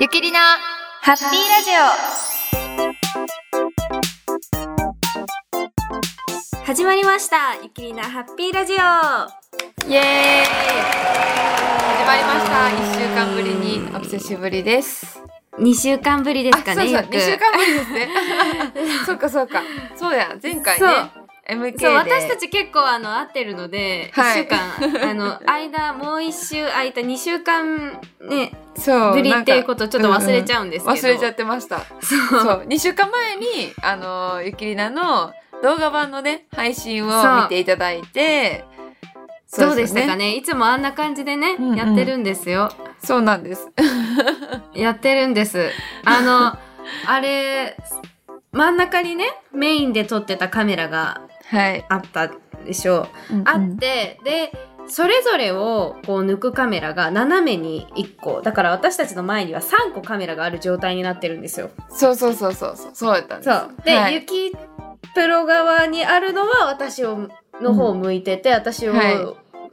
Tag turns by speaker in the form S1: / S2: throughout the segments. S1: ゆきりなハッピーラジ
S2: 始まりましたゆきりなハッピーラジオ
S1: オイエーイ始まりました一週間ぶりにお久しぶりです
S2: 2週間ぶりですかね
S1: あそう
S2: ゆ
S1: そう
S2: く
S1: 二週間ぶり ですねそうかそうかそうや前回ね
S2: そう
S1: MK で
S2: そう私たち結構あの会ってるので、一
S1: はい
S2: 週間あの間もう1週空いた2週間ね
S1: そう
S2: ぶりっていうこととをちょっと忘れちゃうんですけど、
S1: 忘れちゃって ました
S2: そう
S1: そう2週間前にあのゆきりなの動画版のね配信
S2: そう
S1: を見ていただいて
S2: どうでしたか
S1: ね
S2: ねいつもあんな感じでね、
S1: うんうん
S2: やってるんですよ
S1: そうなんです
S2: やってるんですあ のあれ真ん中にねメインで撮ってたカメラが
S1: はい
S2: あったでしょうあ
S1: あ
S2: って、でそれぞれをこう抜くカメラが斜めに1個だから私たちの前には3個カメラがある状態になってるんですよ。
S1: そうそうそうそうそうそうやったんです
S2: そうで、
S1: はい
S2: ゆきプロ側にあるのは私をの方を向いてて、私を
S1: はい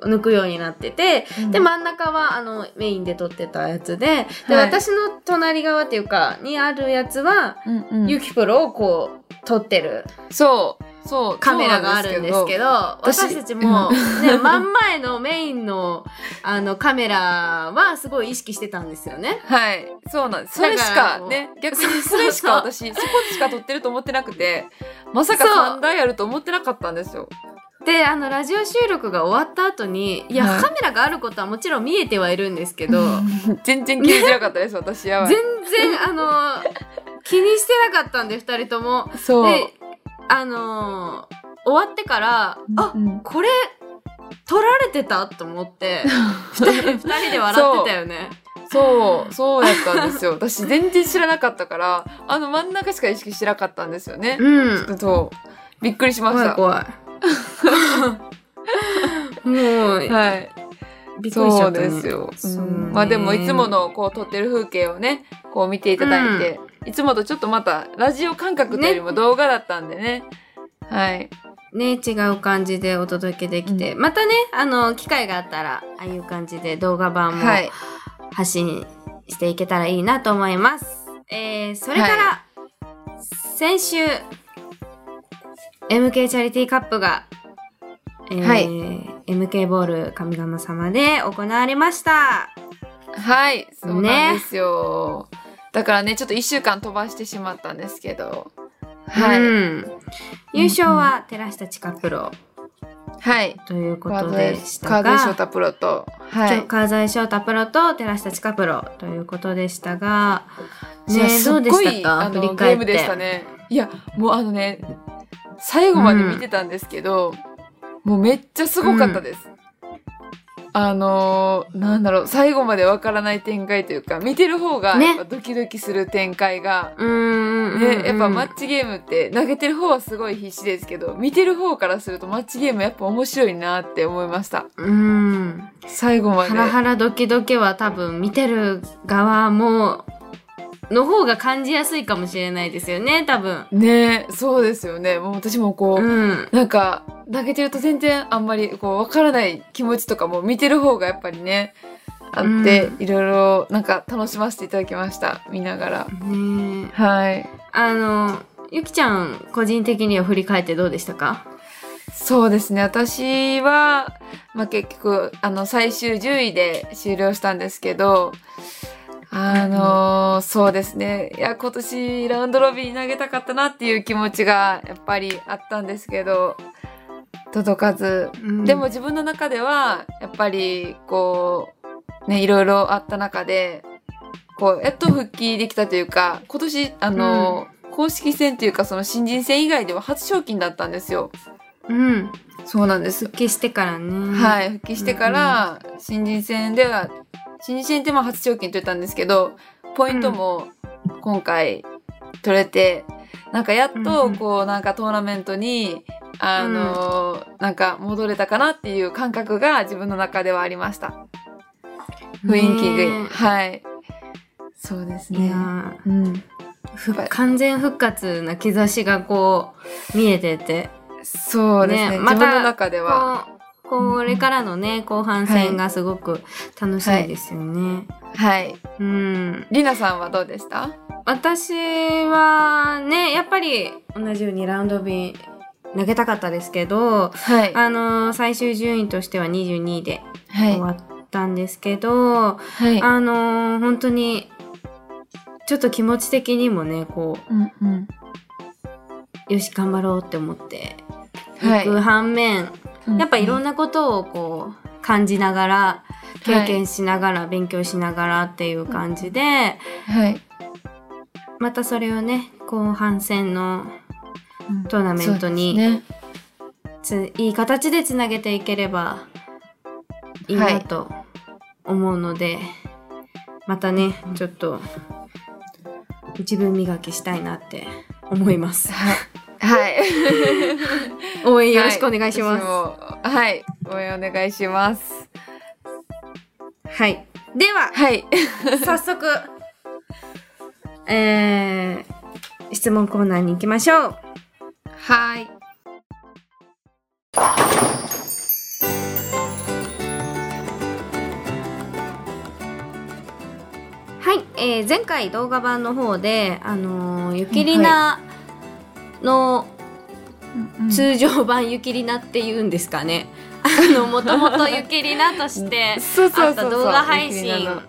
S2: 抜くようになってて、
S1: うん
S2: で真ん中はあのメインで撮ってたやつでで、
S1: はい
S2: 私の隣側っていうかにあるやつは、
S1: うんうん
S2: ゆきプロをこう撮ってる
S1: そうそう
S2: カメラがあるんですけど私
S1: 私
S2: たちも、ね、真ん前のメインのあのカメラはすごい意識してたんですよね。
S1: はいそうなんですそれし
S2: だから
S1: か
S2: もう
S1: ね逆
S2: そう
S1: に
S2: そ
S1: そうれしか私そこしか撮ってると思ってなくてまさか
S2: そう
S1: 3台あると思ってなかったんで すよ
S2: であのラジオ収録が終わった後にいや、
S1: はい
S2: カメラがあることはもちろん見えてはいるんですけど
S1: 全然気にしなかったです私やばい
S2: 全然あの気にしてなかったんで2人とも。
S1: そう
S2: であのー終わってから「あ
S1: うん
S2: これ撮られてた?」と思って 2人で笑ってたよね。
S1: そうそうやったんですよ私全然知らなかったからあの真ん中しか意識してなかったんですよね
S2: うん
S1: そうびっくりしまし
S2: 怖い
S1: た
S2: 怖 い。もう、
S1: はい
S2: びっくりしち
S1: そ
S2: ゃ
S1: う
S2: った、
S1: です。よ。う
S2: そうんね
S1: まあでもいつものこう撮ってる風景をね、こう見ていただいて、いつもとちょっとまたラジオ感覚というよりも動画だったんでね。はい。
S2: ね、違う感じでお届けできて、
S1: う
S2: またね、あの、機会があったら、ああいう感じで動画版も
S1: はい。
S2: 発信していけたらいいなと思います。えー、それから、先週、MK チャリティーカップが、えー
S1: はい
S2: MK ボール神様様で行われました。
S1: はい。そうなんですよ。だからね、ちょっと一週間飛ばしてしまったんですけど。はい。
S2: うん優勝は寺下千佳プロ
S1: はい。
S2: というこ
S1: 川
S2: と
S1: 添
S2: でしたが、
S1: 川添翔太プロと。は
S2: 今
S1: い
S2: 日。川添翔太プロと寺下千佳プロということでしたが、
S1: いや
S2: ね、
S1: す
S2: ど
S1: っ
S2: うで
S1: ごい
S2: したか
S1: あ
S2: 振
S1: の
S2: り
S1: ゲ
S2: 返
S1: ー
S2: っ
S1: ムでした
S2: て。
S1: ね。いや、もうあのね、最後まで見てたんですけど、もうめっちゃすごかったです。あのーなんだろう、最後までわからない展開というか、見てる方が
S2: ね
S1: やっぱドキドキする展開が、
S2: うーんうんうんうん
S1: ね、やっぱマッチゲームって投げてる方はすごい必死ですけど、見てる方からするとマッチゲームやっぱ面白いなって思いました。
S2: うーん
S1: 最後まで。
S2: ハラハラドキドキは多分見てる側もの方が感じやすいかもしれないですよね多分。
S1: ね、そうですよね。もう私もこう、
S2: うん、
S1: なんか投げてると全然あんまりこうわからない気持ちとかも見てる方がやっぱりねあって、
S2: う
S1: いろいろなんか楽しませていただきました見ながら
S2: ねえ
S1: はい
S2: あのゆきちゃん個人的には振り返ってどうでしたか
S1: そうですね私は、まあ、結局あの最終10位で終了したんですけどあのーそうですねいや今年ラウンドロビーに投げたかったなっていう気持ちがやっぱりあったんですけど届かずでも自分の中ではやっぱりこうねいろいろあった中でこうやっと復帰できたというか今年あの、公式戦というかその新人戦以外では初賞金だったんですよ。
S2: うん
S1: そうなんです。
S2: 復帰してからね。
S1: はい復帰してから新人戦では新人戦でも初賞金取れたんですけどポイントも今回取れて、なんかやっ
S2: う
S1: と
S2: ん
S1: こうなんかトーナメントにあのーなんか戻れたかなっていう感覚が自分の中ではありました雰囲気が、
S2: ね
S1: はいそうです
S2: い
S1: ね
S2: や
S1: うん
S2: ーふ完全復活な兆しがこう見えてて
S1: そうですね
S2: ねまた
S1: 自分の中では
S2: ここれからのね、後半戦がすごく楽しみですよね。
S1: はい。
S2: うん。
S1: りなさんはどうでした
S2: 私はね、やっぱり同じようにラウンドビン投げたかったですけど、
S1: はい。
S2: あのー最終順位としては22位で
S1: は
S2: 終
S1: い。
S2: わったんですけど、
S1: はい。
S2: あのー本当に、ちょっと気持ち的にもね、こ
S1: うんうん。
S2: う、よし、頑張ろうって思って、
S1: はい
S2: いく反面、やっぱいろん
S1: な、
S2: なことをこう、感じながら、経験しながら、勉強しながらっていう感じで、
S1: はい。
S2: またそれをね、後半戦の
S1: うん
S2: トーナメントに
S1: そうですね
S2: ついい形でつなげていければいいなと思うので、またねちょっと自分磨きしたいなって思います
S1: はい。はい。
S2: 応援よろしくお願いしますは
S1: す。はい、応援お願いします。
S2: い、では
S1: はい、
S2: 早速えー、質問コーナーに行きましょう
S1: はい、
S2: はい、えー前回動画版の方であのーゆきりなの、通常版ゆきりなって言うんですかね。 あの、もともとゆきりなとして
S1: うん、そう
S2: あ
S1: そうそう
S2: っ
S1: そ
S2: た
S1: う
S2: 動画配
S1: ゆきり
S2: 信
S1: なの。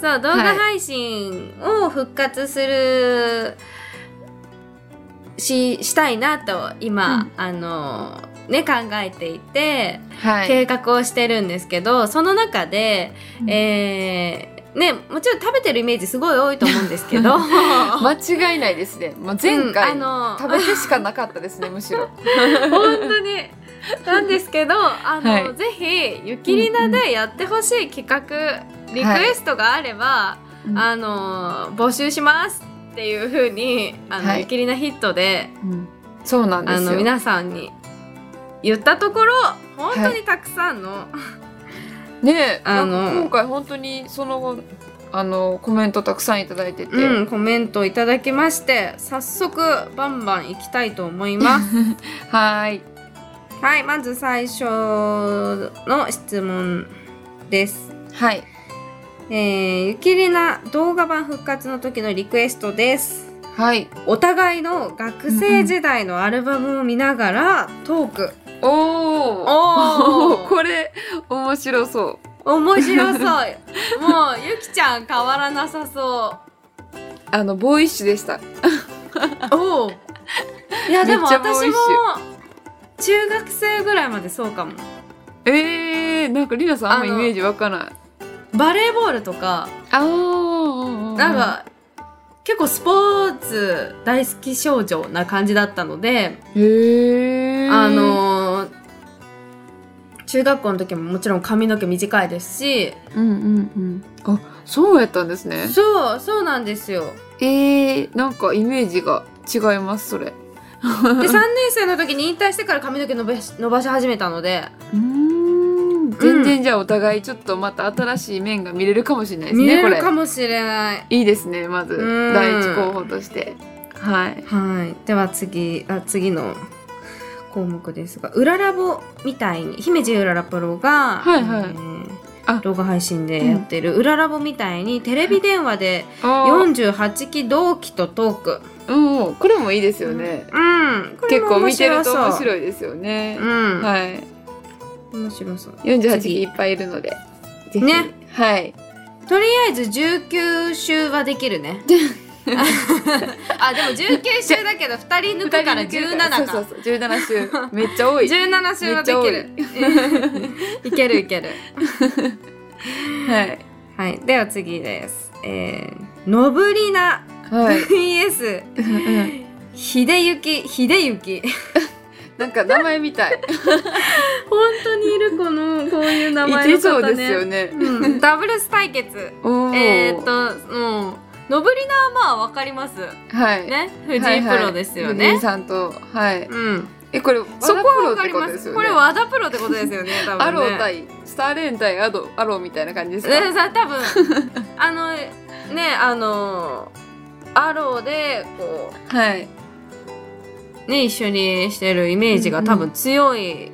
S2: そう、動画配信を復活する、し、したいなと、今、
S1: うん
S2: あの、ね、考えていて、
S1: はい、
S2: 計画をしてるんですけど、その中で、
S1: うん
S2: えーね、もちろん食べてるイメージすごい多いと思うんですけ ど
S1: 間違いないですね。もう前回、
S2: うんあの
S1: 食べてしかなかったです ね、むしろ。
S2: 本当になんですけどあの、
S1: はい
S2: ぜひゆきりなでやってほしい企画、リクエストがあれば、
S1: あ、
S2: あの募集しますっていう風にあの、
S1: はい
S2: ゆきりなヒットで
S1: うんそうなんで
S2: あ
S1: す
S2: の
S1: よ。
S2: 皆さんに言ったところ本当にたくさんの、
S1: ねえ、
S2: あ
S1: あ
S2: の
S1: の、今回本当に、その後。あの、コメントたくさんいただいてて。
S2: うん、コメントいただきまして早速バンバンいきたいと思います。
S1: はい、
S2: はいまず最初の質問です。
S1: はい、
S2: えー、ゆきりな動画版復活の時のリクエストです
S1: はい。
S2: お互いの学生時代のアルバムを見ながらトーク、
S1: お
S2: お
S1: お
S2: ー
S1: これ、面白そう。
S2: 面白 そうもうゆきちゃん変わらなさそ
S1: あの、ボーイッシュでした。
S2: うおいやでも
S1: めっちゃボー
S2: 私
S1: イッシュ
S2: も中学生ぐらいまでそうかも
S1: えー、なんかりなさんあんま
S2: あ
S1: イ
S2: の
S1: メージわかない。
S2: バレーボールとか
S1: あー
S2: なん、か、結構スポーツ大好き少女な感じだったので、
S1: へー
S2: あ、のー中学校の時ももちろん髪の毛短いですし
S1: うんうんうん。あ、そうやったんですね。
S2: そうそうなんです よ
S1: えー、なんかイメージが違います、それ。
S2: で3年生の時に引退してから髪の毛伸ばし伸ばし始めたので
S1: うーん。全然じゃあお互いちょっとまた新しい面が見れるかもしれないです
S2: 見
S1: ね、
S2: れ
S1: こ
S2: る
S1: れ
S2: か。もしれない
S1: いいですね、まず。
S2: うん
S1: 第一候補として。はい。
S2: はいでは次あ次の項目ですが「うららぼ」みたいに姫路うららプロが、
S1: はいはい
S2: ー
S1: あ
S2: 動画配信でやってる「うららぼ」みたいにテレビ電話で
S1: あ
S2: 48期同期とトーク
S1: ー、うん、これもいいですよね。
S2: うんこれ
S1: 結
S2: も
S1: 構見てると面
S2: い
S1: 白いですよね。
S2: うん、
S1: はい。
S2: 面白そう
S1: 48期
S2: 次
S1: いっぱいいるので。ぜひ
S2: ね。
S1: はい。
S2: とりあえず19週はできるね あでも19週だけど2人抜くから17か
S1: そうそうそう、17週。 めっちゃ多い。
S2: 17週はできるいけるいける
S1: はい。
S2: はいでは次ですえー、のぶりな
S1: はい。
S2: VS 秀幸秀幸
S1: なんか名前みたい。
S2: 本当にいるこのこういう名
S1: い
S2: 前の
S1: て
S2: 方
S1: そう
S2: ね
S1: ですよね。
S2: うん、ダブルス対決
S1: おー
S2: えー、っとうんのぶりなはまあわかります
S1: はい。
S2: ね藤井プロですよね、
S1: はいはい藤井さんと、はい。
S2: うん
S1: え、これ、
S2: そこ
S1: 和田プ
S2: は
S1: ロ
S2: わ
S1: っ
S2: か
S1: て
S2: り
S1: こ
S2: ま。
S1: とですすよね。
S2: これ和田プロってことです よね、多分ね。
S1: アロー対、スターレーン対アド、アローみたいな感じですか。
S2: ねさ多分 あのねあのアローでこ
S1: はい。
S2: うね一緒にしてるイメージが多分強い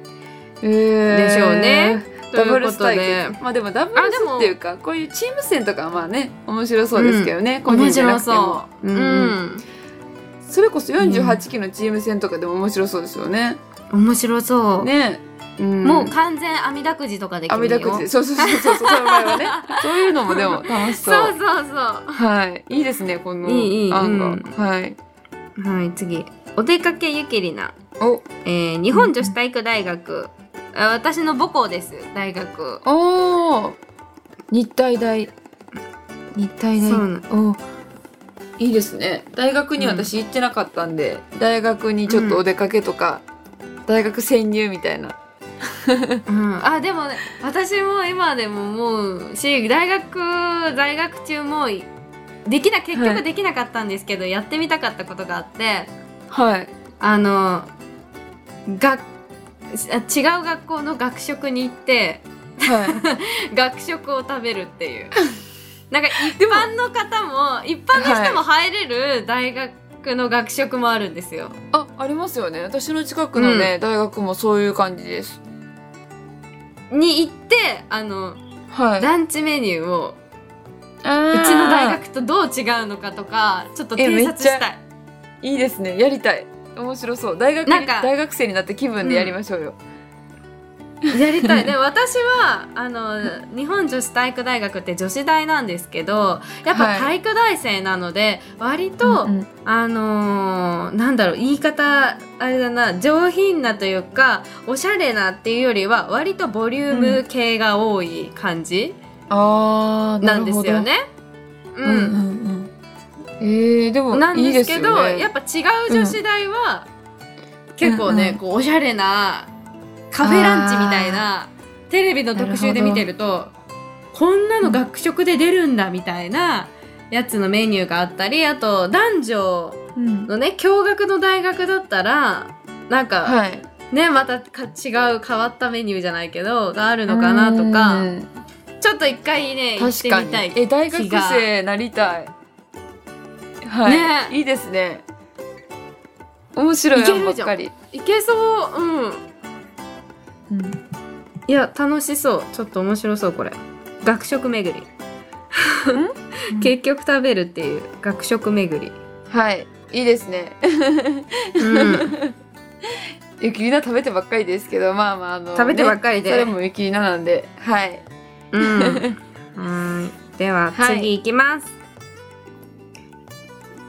S1: で
S2: でしょうね。
S1: ダブルス
S2: と
S1: 対
S2: いうこと
S1: 決。まあでもダブ
S2: あ
S1: ル
S2: で
S1: ス
S2: も
S1: っていうか、こういうチーム戦とかはまあね、面白そうですけどね。個人
S2: 面
S1: じゃ
S2: 白
S1: なくても
S2: そ。う。う
S1: うんうん
S2: ん。
S1: それこそ48期のチーム戦とかでも面白そうですよね。
S2: 面白そう。
S1: ね。うん
S2: もう完全網だくじとかでき
S1: あ
S2: るよ。
S1: みだくじ。そうそうそうそう、その場合 はね。そういうのもでも楽し
S2: そ
S1: そうう。
S2: そうそ
S1: はい。いいですね、この
S2: いいいい
S1: 案が。
S2: うん
S1: はい。
S2: う。はい、次。お出かけゆきりな。
S1: お、
S2: えー日本女子体育大学。あ私の母校です。大学。
S1: おー日体大。日体大。
S2: そうな
S1: おいいですね。大学に私行ってなかったんで、大学にちょっとお出かけとか、大学潜入みたいな。
S2: うん、あでもね私も今でももうし大学在学中もできな結
S1: は
S2: 局
S1: い
S2: できなかったんですけど、やってみたかったことがあって
S1: はい。
S2: あの学あ違う学校の学食に行って
S1: は
S2: 学食を食べるっていうなんか一般の方も一般の人も入れる大学の学食もあるんですよ。
S1: い。あ、ありますよね。私の近くのね、大学もそういう感じです。
S2: に行ってあの
S1: はい。
S2: ランチメニューを
S1: うちの
S2: うちの大学とどう違うのかとかちょっと偵
S1: えめっ
S2: 察
S1: ちゃ
S2: したい。
S1: いいですね。やりたい。面白そう。大学に
S2: なんか
S1: 大学生になった気分でやりましょうよ。
S2: やりたい。 で私はあの日本女子体育大学って女子大なんですけどやっぱ
S1: はい
S2: 体育大生なので、割と、
S1: うんうん
S2: あのーなんだろう言い方あれだな上品なというかおしゃれなっていうよりは割とボリューム系が多い感じ
S1: ああ、
S2: なんですよね。
S1: なるほど。うん
S2: う
S1: うんうん。えー、でも
S2: ん、なん
S1: いい
S2: で
S1: ですす
S2: け
S1: よ
S2: ど
S1: ね。
S2: やっぱ違う女子大は、結構ね、
S1: うんうん
S2: こうおしゃれなカフェランチみたいなテレビの特集で見てるとこんなの学食で出るんだみたいなやつのメニューがあったりあと男女
S1: うん
S2: のね共学の大学だったらなんか、
S1: はい。
S2: ねまたか違う変わったメニューじゃないけどがあるのかなとか
S1: うん
S2: ちょっと一回ね行って
S1: 確か
S2: み
S1: に
S2: たい。
S1: え、大学
S2: 気が
S1: 生なりたい。はい。
S2: ね
S1: いいですね。面白い
S2: いけ
S1: 案ば
S2: る
S1: っ
S2: じゃん
S1: かり。
S2: いけそううん
S1: うん
S2: いや楽しそうちょっと面白そうこれ学食巡り
S1: ん
S2: 結局食べるっていう学食巡り、
S1: はい。いいですね。ゆきりな食べてばっかりですけど、まあまああの
S2: 食べてばっかり
S1: り
S2: で、
S1: それもゆきりななんで、はい。
S2: うんはーいでは
S1: はい
S2: 次いきます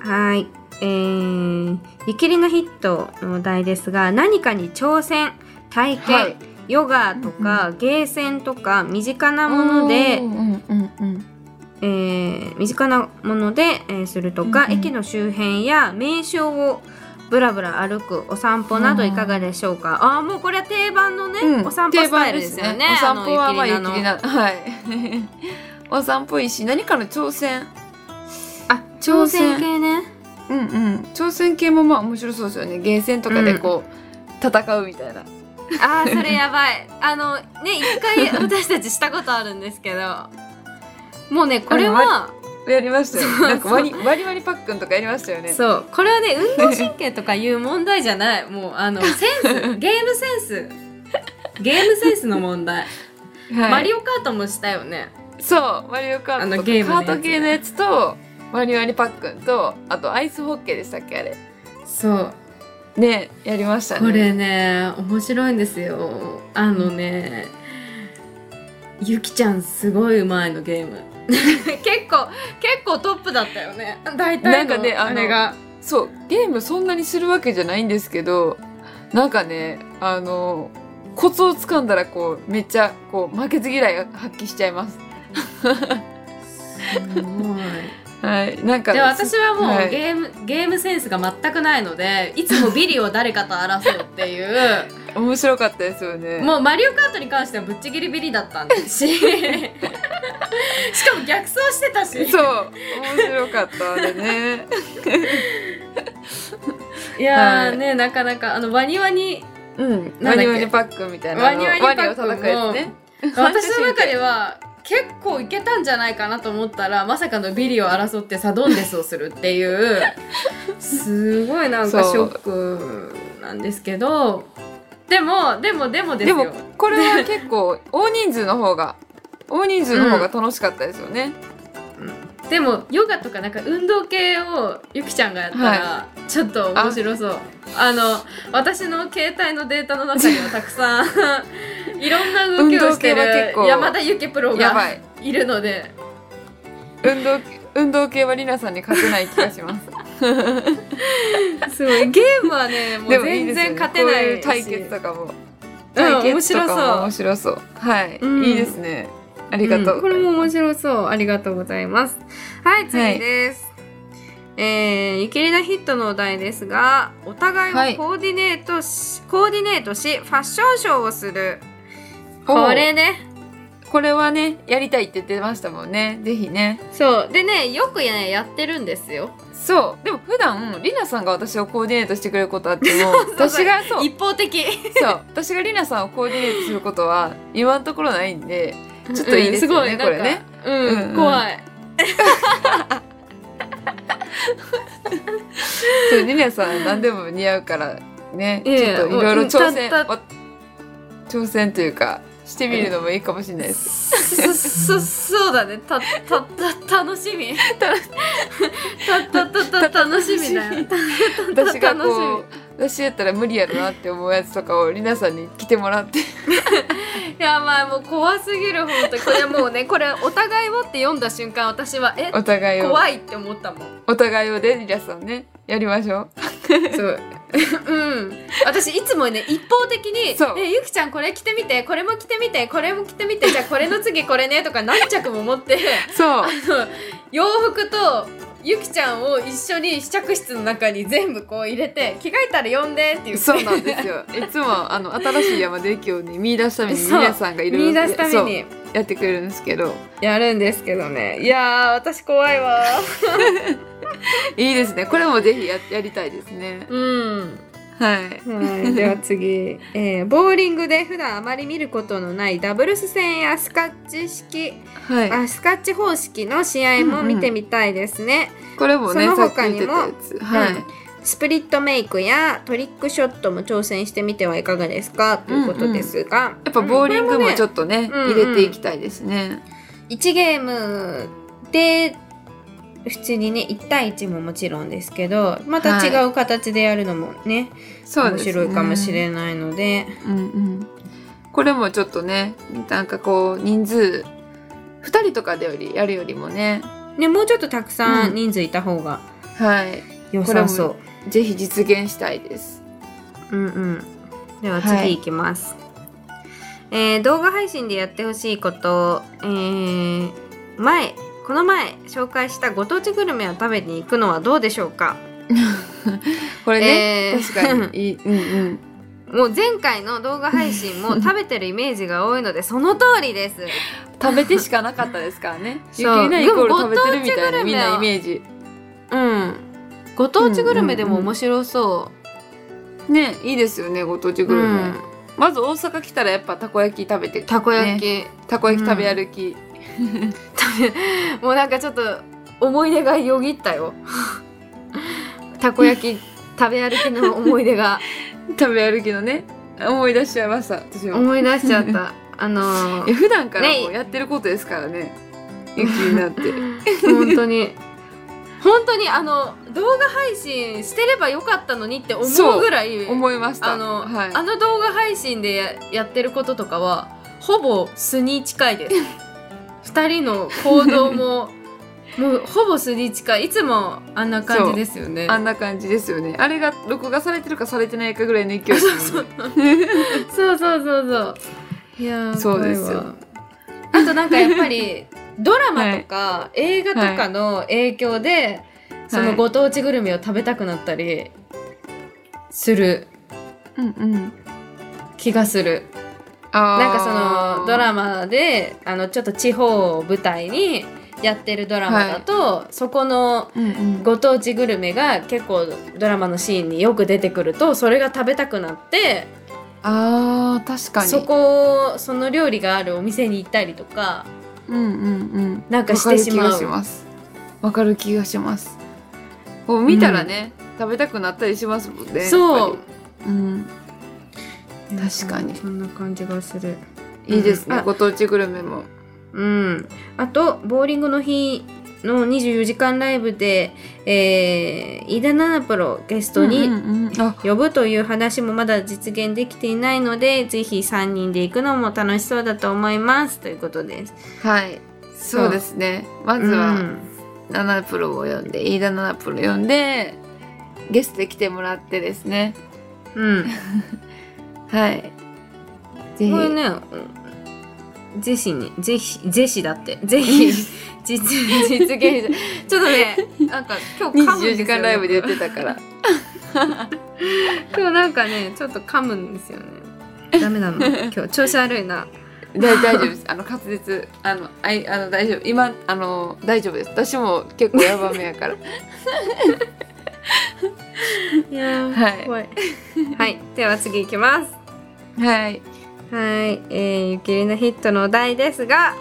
S2: はーいえー、ゆきりのヒットのお題ですが何かに挑戦体験、
S1: はい
S2: ヨガとか、ゲーセンとか身近なもので
S1: うんうんうん
S2: えー身近なもので、えーするとか、
S1: うんうん
S2: 駅の周辺や名所をぶらぶら歩くお散歩などいかがでしょうか、ああーもうこれは定番のね、
S1: うん
S2: お散歩スタイルですよね
S1: お散歩はまあゆ
S2: あ
S1: き
S2: の
S1: り
S2: ゆきりなの
S1: なはい お散歩いいし何かの挑戦
S2: あ
S1: 挑
S2: 挑
S1: 戦
S2: 戦系 ね
S1: うんうん挑戦系もまあ面白そうですよねゲーセンとかでこう、戦うみたいな
S2: ああそれやばいあのね一 回私たちしたことあるんですけどもうねこれは、
S1: やりましたよね
S2: そう
S1: なんか割り割り割りパックンとかやりましたよね
S2: そうこれはね運動神経とかいう問題じゃないもうあ のセンスゲームセンスゲームセンスの問題、
S1: はい
S2: マリオカートもしたよね
S1: そうマリオカートと
S2: あ
S1: か
S2: のゲームの
S1: カ
S2: やつ
S1: ート系のやつと割り割りパックンとあとアイスホッケーでしたっけあれ
S2: そう
S1: ねやりましたね
S2: これね面白いんですよあのねゆきちゃんすごいうまいのゲーム 結構結構トップだったよね大体の
S1: なんかねあの
S2: あれが
S1: そうゲームそんなにするわけじゃないんですけどなんかねあのコツをつかんだらこうめっちゃこう負けず嫌い発揮しちゃいます
S2: すごい
S1: はいなんか
S2: で私はもう、
S1: はい
S2: ゲームゲームセンスが全くないのでいつもビリを誰かと争うっていう
S1: 面白かったですよね
S2: もうマリオカートに関してはぶっちぎりビリだったんです ししかも逆走してたし
S1: そう面白かったあ れね
S2: いやー、
S1: はい
S2: ねなかなかあのワニワニ
S1: うん
S2: な
S1: ワ
S2: んだっけ
S1: ニワニパックンみたいな
S2: ワニワニパックンも
S1: あのワニを叩くやつね
S2: 私の中では結構いけたんじゃないかなと思ったらまさかのビリを争ってサドンデスをするっていうすごいなんかシ
S1: そう
S2: ョックなんですけどでも、でも、でもです
S1: で
S2: よ。
S1: もこれは結構大人数の方が大人数の方が楽しかったですよね。
S2: でもヨガとかなんか運動系をゆきちゃんがやったら、
S1: は
S2: ちょっと面白そうあの私の携帯のデータの中にはたくさん いろんな動きをして
S1: 運動系は結
S2: る
S1: 構
S2: 山田ゆきプロ
S1: や
S2: が
S1: ばい
S2: いるので
S1: 運動運動系はりなさんに勝てない気がします。
S2: すごいゲームはねもう
S1: でもいい
S2: 全
S1: ですよ
S2: 然
S1: ね
S2: 勝てない
S1: こういう
S2: し
S1: 対決とかも
S2: うん
S1: 対決とかも
S2: 面白
S1: 面
S2: そ
S1: 白そう。はい、
S2: うん
S1: いいですね。あ
S2: う
S1: りがとう。
S2: んこれも面白そうありがとうございますはい次です、えーゆきりなヒットのお題ですがお
S1: は
S2: 互い
S1: い
S2: をコーディネートし、コーディネートしファッションショーをする
S1: おう
S2: これね
S1: これはねやりたいって言ってましたもんね。ぜひね。
S2: そうでねよくねやってるんですよ
S1: そうでも普段りなさんが私をコーディネートしてくれることあって も私がそう
S2: 一方的
S1: そう私がりなさんをコーディネートすることは今のところないんでちょっといいですよ
S2: う
S1: ね、
S2: ん
S1: これ
S2: ご
S1: ね。
S2: いなんかうん、
S1: うんうん
S2: 怖い
S1: そうりなさん何でも似合うからね
S2: い
S1: ちょ
S2: やいや
S1: っといろい
S2: も
S1: ろ
S2: う
S1: 挑戦
S2: たた
S1: お挑戦というかしてみるのもいいかもしれないです。
S2: そそそうだねたたた楽しみたたたた楽しみだよ
S1: 私がこ
S2: 楽
S1: う私やったら無理やろなって思うやつとかをりなさんに着てもら って
S2: やばいもう怖すぎる本当にこれもうねこれお互いをって読んだ瞬間私はえ
S1: お互いを
S2: 怖いって思ったもん
S1: お互いをでりなさんねやりましょう。
S2: そううん私いつもね一方的に
S1: そう
S2: えゆきちゃんこれ着てみてこれも着てみてこれも着てみてじゃあこれの次これね」とか何着も持って
S1: そう
S2: 洋服とゆきちゃんを一緒に試着室の中に全部こう入れて着替えたら呼んでっていう
S1: そうなんですよ。いつもあの新しい山で駅をね見出すために
S2: そう
S1: 皆さんがいろい ろ
S2: 見出すために
S1: やってくれるんですけど、
S2: やるんですけどねいやー私怖いわ
S1: いいですね。これもぜひややりたいですね。
S2: うん
S1: はい。
S2: はい、では次、えーボーリングで普段あまり見ることのないダブルス戦やスカッチ式
S1: は
S2: あスカッチ方式の試合も見てみたいですね、
S1: い。これもね
S2: その
S1: さっき
S2: 他
S1: 言っ
S2: に
S1: て
S2: も
S1: たやつ。は
S2: うん
S1: い。
S2: スプリットメイクやトリックショットも挑戦してみてはいかがですかということですが、
S1: やっぱボーリングもちょ
S2: っと
S1: っとね、
S2: うん
S1: 入れていきたいですね。
S2: 1ゲームで普通にね1対1ももちろんですけどまた違う形でやるのもね、
S1: そう
S2: 面
S1: です、ね。
S2: 白いかもしれないので
S1: うんうん。これもちょっとね、なんかこう人数二人とかでよりやるよりもね、
S2: ねもうちょっとたくさ
S1: うんん
S2: 人数いた方が
S1: はい。
S2: 良さそう。
S1: ぜひ実現したいです。
S2: うんうん、では
S1: はい
S2: 次いきます、えー動画配信でやってほしいこと、えー前この前紹介したご当地グルメを食べに行くのはどうでしょうか、
S1: これね、
S2: えー
S1: 確かにい い。うんうん。
S2: もう前回の動画配信も食べてるイメージが多いのでその通りです
S1: 食べてしかなかったですから ね。ゆきり
S2: そう
S1: なイコール食べてるみたい
S2: でもご当地グルメは
S1: なみんなイメージ。
S2: うんご当地グルメでも面白そ
S1: ねいいですよねご当地
S2: う、う
S1: グ
S2: ん
S1: ルメ、まず大阪来たらやっぱたこ焼き食べて
S2: たこ焼き、
S1: ねたこ焼き食べ歩き、
S2: もうなんかちょっと思い出がよぎったよ たこ焼き食べ歩きの思い出が
S1: 食べ歩きのね思い出しちゃいました私も、
S2: 思い出しちゃ った。あの
S1: いや
S2: ー、
S1: 普段から
S2: ね
S1: もうやってることですからねゆきになって
S2: 本当に。 本当にあの動画配信してればよかったのにって思うぐらい
S1: 思いました
S2: あの、
S1: はい、
S2: あの動画配信でややってることとかはほぼ素に近いです。 二人の行動ももうほぼ素に近いいつもあんな感じですよね。
S1: あんな感じですよねあれが録画されてるかされてないかぐらいの勢いで すもんね
S2: そうそうそうそう。いやー
S1: そうですよ
S2: 怖いわあとなんかやっぱ りドラマとか映画とかの影響で、そのご当地グルメを食べたくなったりする
S1: うんうん
S2: 気がする。
S1: あー
S2: なんかそのドラマであのちょっと地方を舞台にやってるドラマだと、そこの
S1: うんうん
S2: ご当地グルメが結構ドラマのシーンによく出てくるとそれが食べたくなって
S1: あー確かに
S2: そこその料理があるお店に行ったりとか
S1: うんうんうん
S2: なんかしてしまう
S1: わかる気がしますわかる気がしますこう見たらね、食べたくなったりしますもんね
S2: そう
S1: ううん
S2: い
S1: 確かに
S2: そんな感じがする。
S1: いいです
S2: う
S1: ね、
S2: んあ
S1: ご当地グルメも。
S2: うん。あと、ボーリングの日の24時間ライブで、えー、飯田七プロゲスト
S1: う
S2: に
S1: んうんうんあ
S2: 呼ぶという話もまだ実現できていないので、ぜひ3人で行くのも楽しそうだと思います。ということです。
S1: はいそうですねまず
S2: う
S1: は
S2: ん
S1: ナナプロを呼んで飯田ナナプロ呼んでゲストで来てもらってですね
S2: うん。
S1: はいぜひ
S2: これね、うんぜひに、ぜひ、ぜひだって、ぜひ、実、実現しちょっとね、なんか今日噛むんで
S1: 24
S2: すよ。
S1: 時間ライブで言ってたから
S2: 今日なんかね、ちょっと噛むんですよね。ダメな の。今日調子悪いな。
S1: 大大丈夫ですあの滑舌あのあいあの大丈夫今あの大丈夫です私も結構ヤバめやから
S2: いやー
S1: はい
S2: 怖い。はい、では次いきます。は
S1: はい
S2: い、えー、ゆきりのヒットのお題ですが、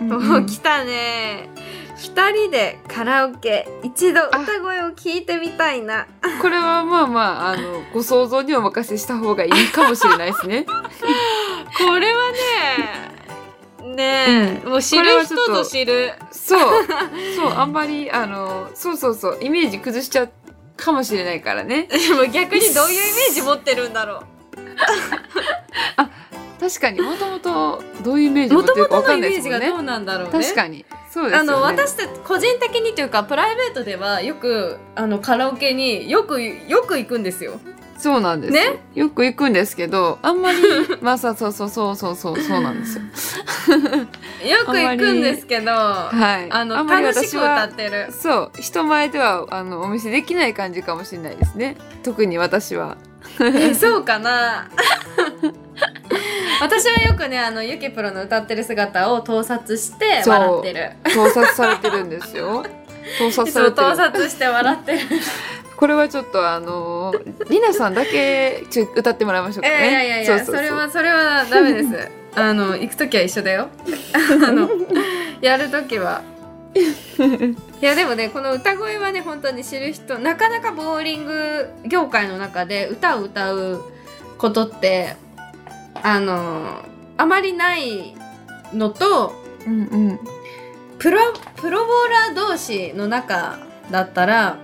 S2: おお、来たね二人でカラオケ、一度歌声を聞いてみたいな。
S1: これはまあまああのご想像にお任せした方がいいかもしれないです ね
S2: これは ねねえ、もう知
S1: これ
S2: る
S1: はち
S2: 人
S1: ょっ
S2: ぞ
S1: と
S2: 知る
S1: そうそうあんまりあのそうそうそうイメージ崩しちゃうかもしれないからね
S2: でも逆にどういうイメージ持ってるんだろ
S1: 確かにもともとどういうイメー
S2: う
S1: ジ持
S2: も
S1: って
S2: と
S1: る
S2: も
S1: か
S2: との
S1: わか
S2: イ
S1: んない
S2: メ
S1: で
S2: ー
S1: す
S2: ジがど
S1: もんね
S2: うなんだろうね
S1: 確かにそうです
S2: あ
S1: よね
S2: の私たち個人的にというかプライベートではよくあのカラオケによくよく行くんですよ。
S1: そうなんですよ
S2: ね
S1: よく行くんですけどあんまり まあそうそうそうそうそうそうそうなんですよ
S2: よく行くんですけどあ
S1: はい
S2: の
S1: んまり
S2: 楽し
S1: 私
S2: く
S1: は
S2: 歌ってる。
S1: そう人前ではあのお見せできない感じかもしれないですね特に私は
S2: え そうかな私はよくねあのゆきプロの歌ってる姿を盗撮して
S1: そう
S2: 笑ってる。
S1: 盗撮されてるんで すよ盗撮
S2: い
S1: さ
S2: つ
S1: れ
S2: も
S1: てる
S2: 盗撮して笑って る。
S1: これはちょっとあのーりなさんだけちょ歌ってもらいましょう
S2: い
S1: かね
S2: やいやいやいや、
S1: ううう
S2: それはそれはダメ です。あの行くときは一緒だよ。 あのやるときは。いやでもねこの歌声はね本当に知る人なかなかボーリング業界の中で歌を歌うことってあのあまりないのと
S1: うんうん
S2: プロプロボーラー同士の中だったら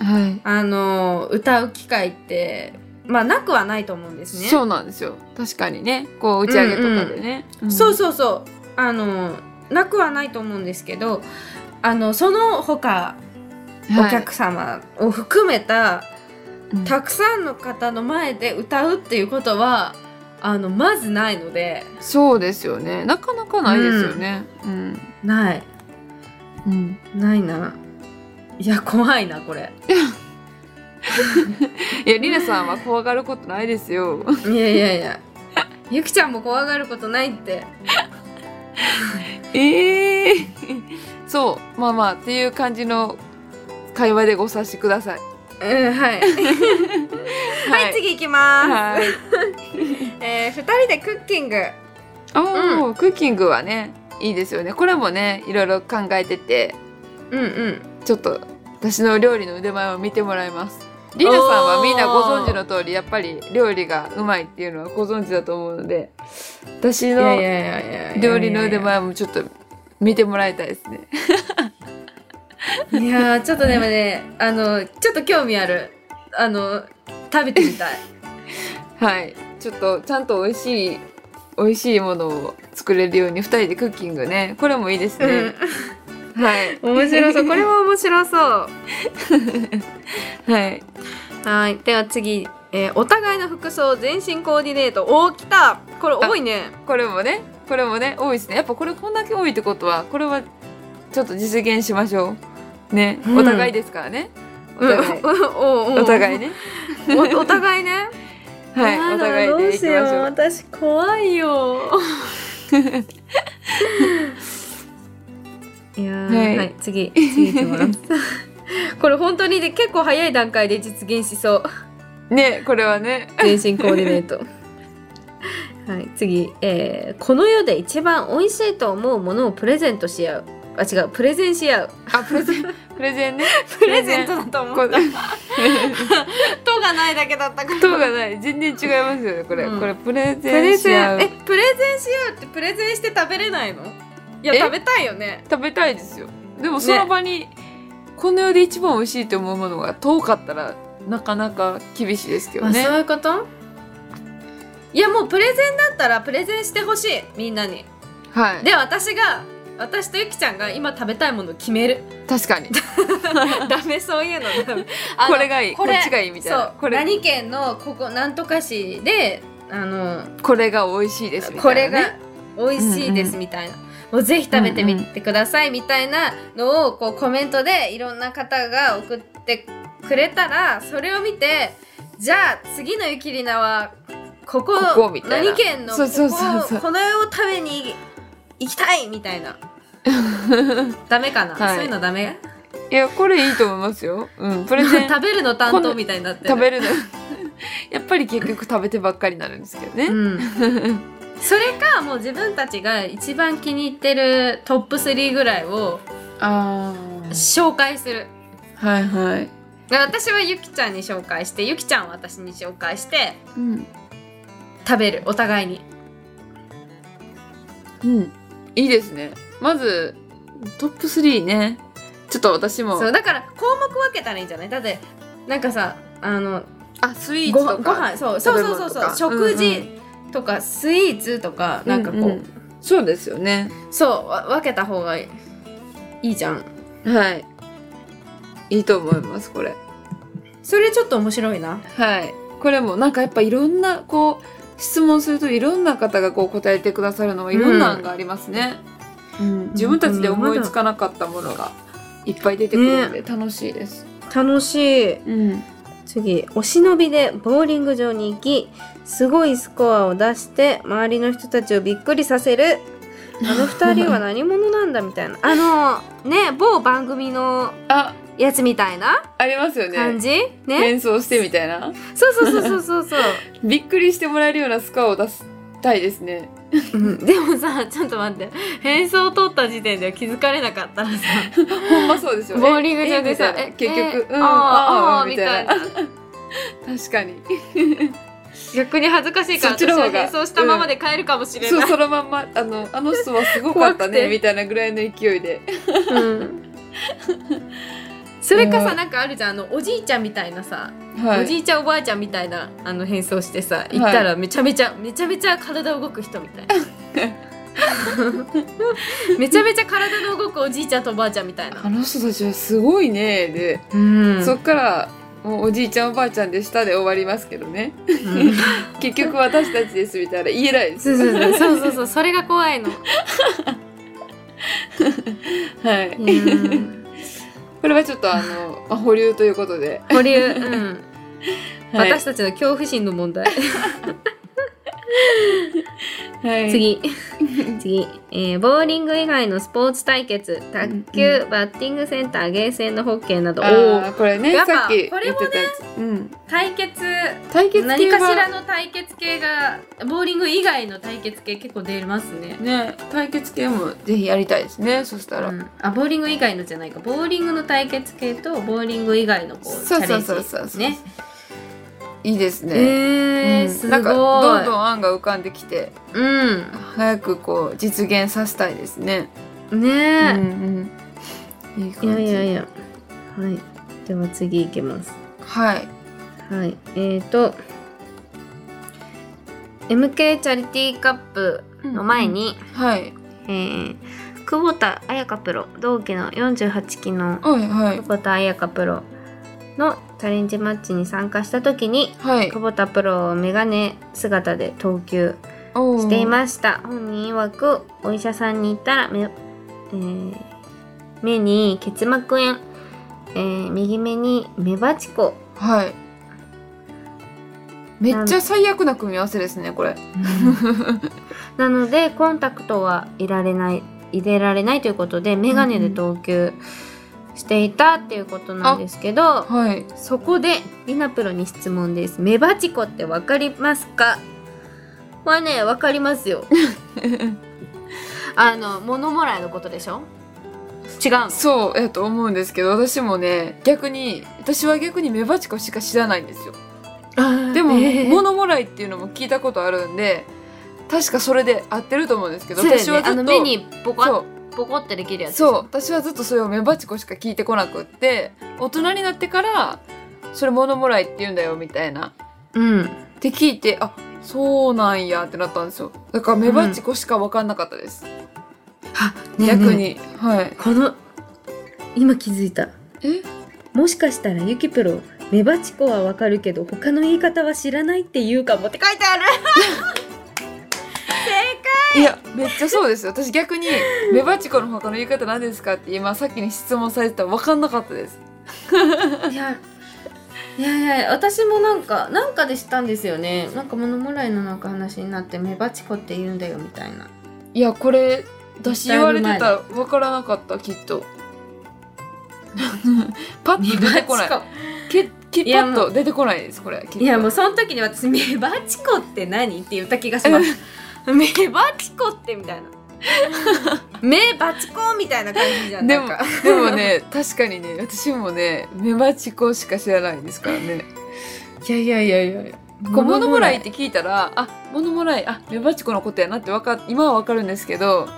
S1: はい
S2: あの歌う機会ってまあなくはないと思うんですね。
S1: そうなんですよ確かにねこう打ち上げとかでね、ん
S2: そうそうそうあのなくはないと思うんですけどあのその他
S1: はい
S2: お客様を含めた、
S1: うん
S2: たくさんの方の前で歌うっていうことはあのまずないので
S1: そうですよねなかなかないですよねうん、
S2: ない
S1: うん、
S2: ないないや怖いなこれ
S1: いやりなさんは怖がることないですよ
S2: いやいやいやゆきちゃんも怖がることないって
S1: ええそうまあまあっていう感じの会話でご察しください
S2: うんはいは、
S1: はい
S2: 次行きます、
S1: はい
S2: えー、2人でクッキング
S1: あークッキングはねいいですよねこれもねいろいろ考えてて
S2: うんうん
S1: ちょっと私の料理の腕前を見てもらいますりなさんはみんなご存知の通りやっぱり料理がうまいっていうのはご存知だと思うので私
S2: いや
S1: の
S2: いやいやいやいや
S1: 料理の腕前もちょっと見てもらいたいですね
S2: いやーちょっとでもねあのちょっと興味あるあの食べてみたい
S1: はいちょっとちゃんと美味しい美味しいものを作れるように2人でクッキングねこれもいいですね、はい
S2: 面白そうこれも面白そう
S1: はい
S2: はいでは次、えーお互いの服装全身コーディネートおー来たこれ多いね
S1: これもねこれもね多いですねやっぱこれこんだけ多いってことはこれはちょっと実現しましょうね
S2: うん
S1: お互いですからね、
S2: う
S1: お
S2: ん
S1: 互い
S2: うんうんうん
S1: お互いね
S2: おお互いね
S1: はいお互いでいきましょう
S2: 私怖いよ いやー
S1: は
S2: はいい、次次いきます これ本当にね結構早い段階で実現し そう
S1: ねこれはね
S2: 全身コーディネート はい次、えーこの世で一番美味しいと思うものをプレゼントし合うあ違うプレゼンし合う
S1: あプレゼンプレゼンね。
S2: プレゼントだと思
S1: こ
S2: う
S1: う。
S2: とがないだけだ ったから。
S1: 塔がない。全然違いますよね、これ。
S2: うん
S1: これ、プレ
S2: プレ
S1: ゼンし
S2: ゼ
S1: 合
S2: ン
S1: う
S2: え。プレゼンし合うってプレゼンして食べれないのいや
S1: え
S2: 食べたいよね
S1: 食べたいですよ。でも、その場に、この世で一番美味しいと思うものが遠かったら、なかなか厳しいですけど
S2: あ
S1: ね。
S2: そういうこといやもうプレゼンだったらプレゼンしてほしいみんなに
S1: はい。
S2: で私が私とゆきちゃんが今食べたいものを決め る
S1: 確かに。
S2: ダメそういうのダメあの
S1: これがいい。こ
S2: これ
S1: っちがいいみたいな
S2: そ。う
S1: これ、
S2: 何県のここなんとか市であの、
S1: これが美味しいですみた
S2: こ
S1: いな、ね。
S2: れが美味しいですみたいな、もうぜひ食べてみてくださいみたいなのをこうコメントでいろんな方が送ってくれたらそれを見てじゃあ次のゆきりなはここ
S1: ここみたいな
S2: 何県のこ
S1: そ
S2: こ
S1: うそうそうそう
S2: この世を食べに行きたいみたい なダメかな、
S1: はい
S2: そういうのダメ
S1: いや、これいいと思いますよ。うん。プレ ゼン
S2: 食べるの担当みたいになってる
S1: 食べるの。 やっぱり結局食べてばっかりになるんですけどね。
S2: うん、それかもう自分たちが一番気に入ってるトップ3ぐらいを
S1: あ
S2: 紹介する
S1: あ。はいはい。
S2: で私はゆきちゃんに紹介してゆきちゃんは私に紹介して
S1: うん。
S2: 食べるお互いに
S1: うん。いいですね。まず、トップ3ね。ちょっと私も
S2: そ。うだから項目分けたらいいんじゃないだってなんかさあの
S1: あ、スイーツ
S2: ご
S1: とか。
S2: ご飯そうそうそうそう
S1: 食べ物と
S2: そ
S1: か
S2: う食
S1: うん
S2: 事とかスイーツとか、なんかこう、
S1: うそうですよね。
S2: そうわ分けた方がいいいいじゃん
S1: はい。いいと思います、これ。
S2: それちょっと面白いな
S1: はい。これもなんかやっぱいろんな、こう、質問するといろんな方がこう答えてくださるのはいろんな案がありますね。うん自分たちで思いつかなかったものがいっぱい出てくるので楽しいです。
S2: 楽しい
S1: うん。
S2: 次お忍びでボーリング場に行きすごいスコアを出して周りの人たちをびっくりさせるあの二人は何者なんだみたい なあのね某番組の
S1: あ、
S2: やつみたいな
S1: ありますよね。
S2: 感じね
S1: 変装してみたいな。
S2: そうそうそうそうそう そう、
S1: びっくりしてもらえるようなスコアを出したいですね。
S2: うんでもさちょっと待って変装を通った時点で気づかれなかったら さ
S1: ほんまそうでしょ。
S2: ボーリング場でさ
S1: ええ
S2: え
S1: みたいな結局、
S2: え
S1: うん、
S2: あー
S1: あ
S2: あ
S1: あ
S2: ー
S1: ー、
S2: み
S1: み
S2: た
S1: た
S2: い
S1: い
S2: な
S1: な。確かに。
S2: 逆に恥ずかしいから
S1: そっち
S2: 私
S1: の方
S2: は
S1: が
S2: 変装したままで帰るかもしれ
S1: そ
S2: な
S1: う、
S2: い、
S1: そのまんま、あの、あの人はすごかっ
S2: 怖
S1: た
S2: くて
S1: ね、みたいなぐらいの勢いで。
S2: うんそれか
S1: う
S2: さ
S1: ん
S2: なんかあるじゃんあのおじいちゃんみたいなさ
S1: は
S2: おじ
S1: い。
S2: いちゃんおばあちゃんみたいなあの変装してさ行ったらめちゃめちゃ、めちゃめちゃ体動く人みた いなめちゃめちゃ体の動くおじいちゃんとおばあちゃんみたいな
S1: あの人たちはすごいね、で、
S2: うん
S1: そっから、もうおじいちゃんおばあちゃんでしたで終わりますけどね。
S2: うん
S1: 結局私たちですみたいな言えないです。
S2: そうそうそうそうそうそうそれが怖いの、
S1: はい。
S2: うん、
S1: これはちょっとあの、まあ、保留ということで。
S2: 保留、うん
S1: はい、
S2: 私たちの恐怖心の問題
S1: はい、
S2: 次次、えーボーリング以外のスポーツ対決卓球、バッティングセンターゲーセンのホッケーなど
S1: あーこれね
S2: やっぱ
S1: さっき
S2: これ
S1: 言っ
S2: もね
S1: てたやつ、うん、
S2: 対決
S1: 対決系は
S2: 何かしらの対決系がボーリング以外の対決系結構出ますね、
S1: ね対決系もぜひやりたいですねそしたら、
S2: うんあボーリング以外のじゃないかボーリングの対決系とボーリング以外のこうチ
S1: そう
S2: ャ
S1: そ
S2: レ
S1: う
S2: ンジ
S1: そうそうそう
S2: ね
S1: いいですね、
S2: えー、
S1: うん
S2: すごい
S1: なんかどんどん案が浮かんできて早くこう実現させたいですね、
S2: うんね
S1: う
S2: え、
S1: んうん、いい感じ
S2: いやいやいやはいでは次いきます
S1: はい
S2: はい、えーと MK チャリティーカップの前に、
S1: はい
S2: えー久保田彩香プロ同期の48期の
S1: はいはい
S2: 久保田彩香プロのチャレンジマッチに参加した時に
S1: はい
S2: 久保田プロをメガネ姿で投球
S1: し
S2: していました本人曰くお医者さんに行ったら目,、えー目に結膜炎、えー右目に目鉢湖
S1: すはいめっちゃ最悪な組み合わせですねこれ
S2: なのでコンタクトはいられない入れられないということでメガネで投球していたっていうことなんですけど、
S1: はい
S2: そこでリナプロに質問ですメバチコってわかりますかこれね わかりますよあの物もらいのことでしょ違う
S1: そうやと思うんですけど私もね逆に私は逆にメバチコしか知らないんですよ
S2: の
S1: でも、
S2: えー
S1: 物もらいっていうのも聞いたことあるんで確かそれで合ってると思うんですけど、
S2: そうだよね
S1: 私はず
S2: あ
S1: っと
S2: の目にボ
S1: そ
S2: コ
S1: う
S2: ボコってできるやつ
S1: そう私はずっとそれをメバチコしか聞いてこなくって大人になってからそれ物もらいって言うんだよみたいな
S2: うん
S1: って聞いてあそうなんやってなったんですよだからメバチコしか分かんなかったです、
S2: あねえ
S1: 逆
S2: ね
S1: に、はい
S2: えこの今気づいた
S1: え
S2: もしかしたらゆきプロメバチコはわかるけど他の言い方は知らないって言うかもって書いてある
S1: いやめっちゃそうですよ私逆に「メバチコの他の言い方何ですか?」って今さっきに質問されてたら分かんなかったです
S2: いやいやいや私もなんかなんかで知ったんですよねなんか物もらいのなんか話になってメバチコって言うんだよみたいない
S1: やこれ私
S2: だい
S1: 言
S2: ぶ
S1: わ
S2: 前
S1: れ
S2: だ
S1: てたら分からなかったきっと パッと出てこないけき
S2: い
S1: パ
S2: や
S1: ッと出てこないですこれきっと
S2: いやもうその時に私メバチコって何って言った気がしますメバチコってみたいなメバチコみたいな感じじゃん
S1: でも
S2: なんか
S1: でもね確かにね私もねメバチコしか知らないですからね
S2: いやいやいやいや
S1: こう物もらいって聞いたらあ物もらいあメバチコのことやなってわか今はわかるんですけど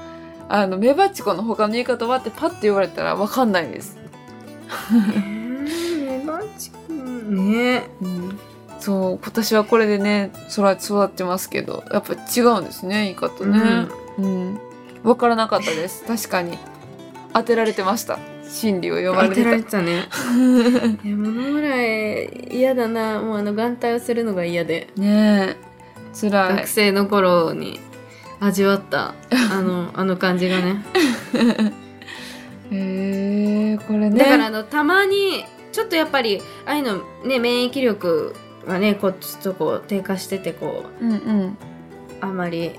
S1: あのメバチコの他の言い方はってパッと言われたらわかんないです、
S2: メバチコね
S1: うん、そう今年はこれでね育育ってますけどやっぱ違うんですね言い方ねうん、わからなかったです確かに当てられてました心理を読まれ
S2: 当
S1: て
S2: てら
S1: た
S2: れてたね いや物もらい嫌だなもうあの眼帯をするのが嫌で、
S1: ねえ辛い
S2: 学生の頃に味わったあ のあの感じがね
S1: へえこれね
S2: だからあのたまにちょっとやっぱりああいうのね免疫力がねこうちょっとこう低下しててこう
S1: うんうん
S2: あまり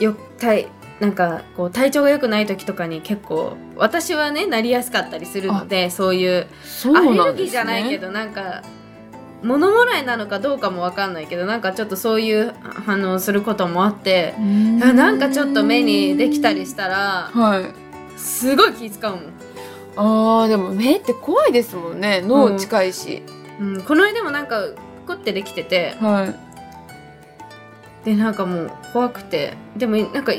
S2: よ体なんかこう体調が良くない時とかに結構私はねなりやすかったりするのでそういう
S1: そう
S2: アレ
S1: な
S2: ル
S1: ん
S2: ギ
S1: で
S2: ー
S1: す
S2: じゃないけ
S1: ね
S2: どなんか物もらいなのかどうかもわかんないけどなんかちょっとそういうあ反応することもあって
S1: うん
S2: あなんかちょっと目にできたりしたら
S1: はい
S2: すごい気使うもん。
S1: あーでも目って怖いですもんね脳近いし、
S2: うん、この間もなんかこってできてて
S1: はい
S2: でなんかもう怖くてでもなんか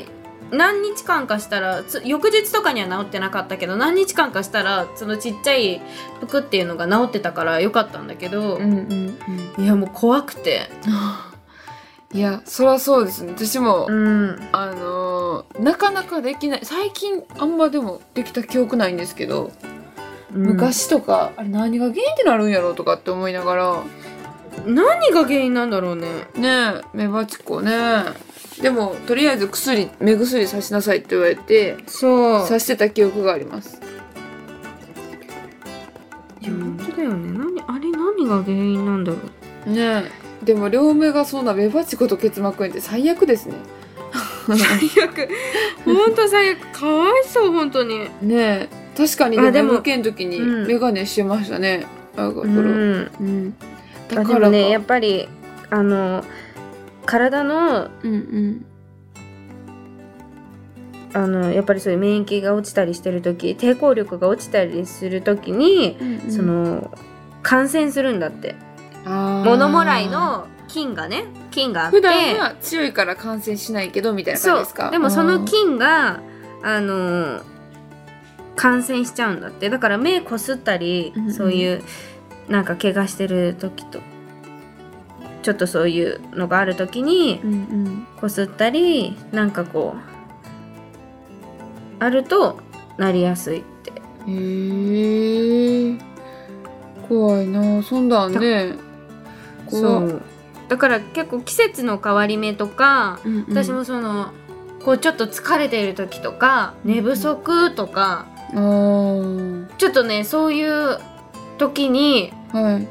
S2: 何日間かしたらつ翌日とかには治ってなかったけど何日間かしたらそのちっちゃい服っていうのが治ってたからよかったんだけど、
S1: んうん
S2: いやもう怖くて
S1: いやそりゃそうですね私も、
S2: うん
S1: あのーなかなかできない最近あんまでもできた記憶ないんですけど、昔とかあれ何が原因ってなるんやろうとかって思いながら
S2: 何が原因なんだろうね
S1: ねえメバチコねでもとりあえず薬目薬さしなさいって言われて
S2: そう
S1: さしてた記憶があります
S2: いや本当だよね何あれ何が原因なんだろ
S1: ねえでも両目がそんなメバチコと結膜炎って最悪ですね
S2: う最悪 本当最悪かわいそう本当に
S1: ねえ確かに
S2: あで
S1: で
S2: も
S1: も MK の時に
S2: うん
S1: メガネしてましたね、あこれ、
S2: うん
S1: うんだ
S2: あ
S1: か
S2: で
S1: ら
S2: も
S1: か
S2: ねやっぱりあの体の
S1: うんうん
S2: あのやっぱりそういう免疫が落ちたりしてる時抵抗力が落ちたりする時に、
S1: うんうん
S2: その感染するんだって
S1: あー
S2: 物もらいの菌がね菌があって
S1: 普段は強いから感染しないけどみたいな感じ
S2: そ
S1: ですか
S2: うでもその
S1: あ
S2: 菌があの感染しちゃうんだってだから目こすったり、
S1: うんうん
S2: そういうなんか怪我してる時とちょっとそういうのがある時に
S1: ーうんうん
S2: こすったりなんかこうあるとなりやすいって
S1: へえ怖いなそんなんね
S2: そ
S1: 怖
S2: うだから結構季節の変わり目とか、
S1: うんうん
S2: 私もそのこうちょっと疲れている時とか
S1: うん
S2: 寝不足とか、
S1: あー
S2: ちょっとねそういう時に
S1: は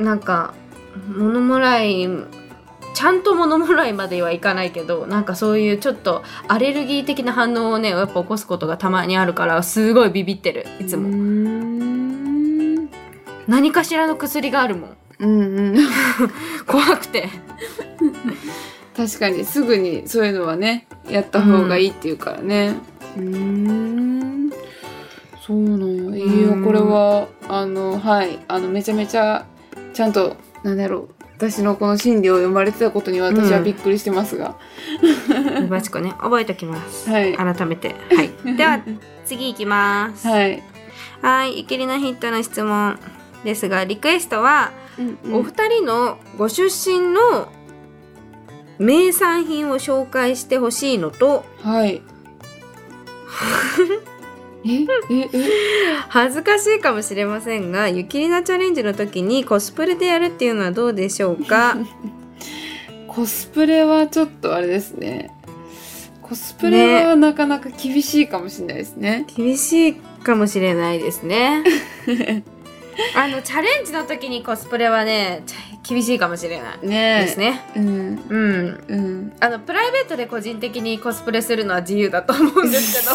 S1: い
S2: なんか物もらいちゃんと物もらいまではいかないけどなんかそういうちょっとアレルギー的な反応をねやっぱ起こすことがたまにあるからすごいビビってるいつも
S1: うー。ん
S2: 何かしらの薬があるもん
S1: うんうん
S2: 怖くて
S1: 確かにすぐにそういうのはねやった方がいいっていうからねうーんそうなんやいや
S2: うん
S1: これはあのはいあのめちゃめちゃちゃんとなんだろう私のこの心理を読まれてたことに私はびっくりしてますが、
S2: バチコね覚えとき ます、
S1: はい
S2: 改めてはいでは次いきます
S1: はい、
S2: はい、イケリナヒットの質問ですが、リクエストは、お二人のご出身の名産品を紹介してほしいのと、
S1: はい えええ
S2: 恥ずかしいかもしれませんが、ゆきりなチャレンジの時にコスプレでやるっていうのはどうでしょうか
S1: コスプレはちょっとあれですねコスプレはなかなか厳しいかもしれないですね
S2: 厳しいかもしれないですね。あの、チャレンジの時にコスプレはね、ちゃ厳しいかもしれない
S1: ね
S2: ですね。
S1: うん
S2: うん。
S1: うん
S2: あのプライベートで個人的にコスプレするのは自由だと思うんですけど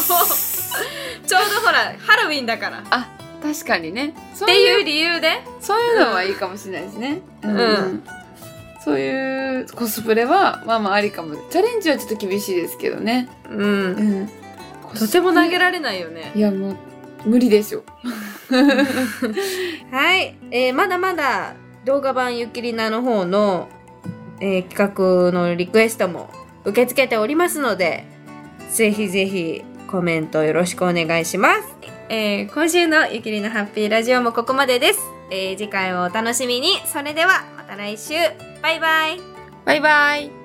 S2: ちょうどほらハロウィンだからっ
S1: 確かにねそう
S2: て
S1: いう
S2: いう理由で
S1: そういうのはいいかもしれないですね。
S2: んうん
S1: そういうコスプレはまあまあありかも。チャレンジはちょっと厳しいですけどね。
S2: う
S1: うんん。
S2: とても投げ
S1: ら
S2: られないよね
S1: いやもう無理でしょ。
S2: はい、えーまだまだ動画版ゆきりなの方の、えー企画のリクエストも受け付けておりますのでぜひぜひコメントよろしくお願いします、えー今週のゆきりなハッピーラジオもここまでです、えー次回をお楽しみにそれではまた来週バイバイ
S1: バイバイ。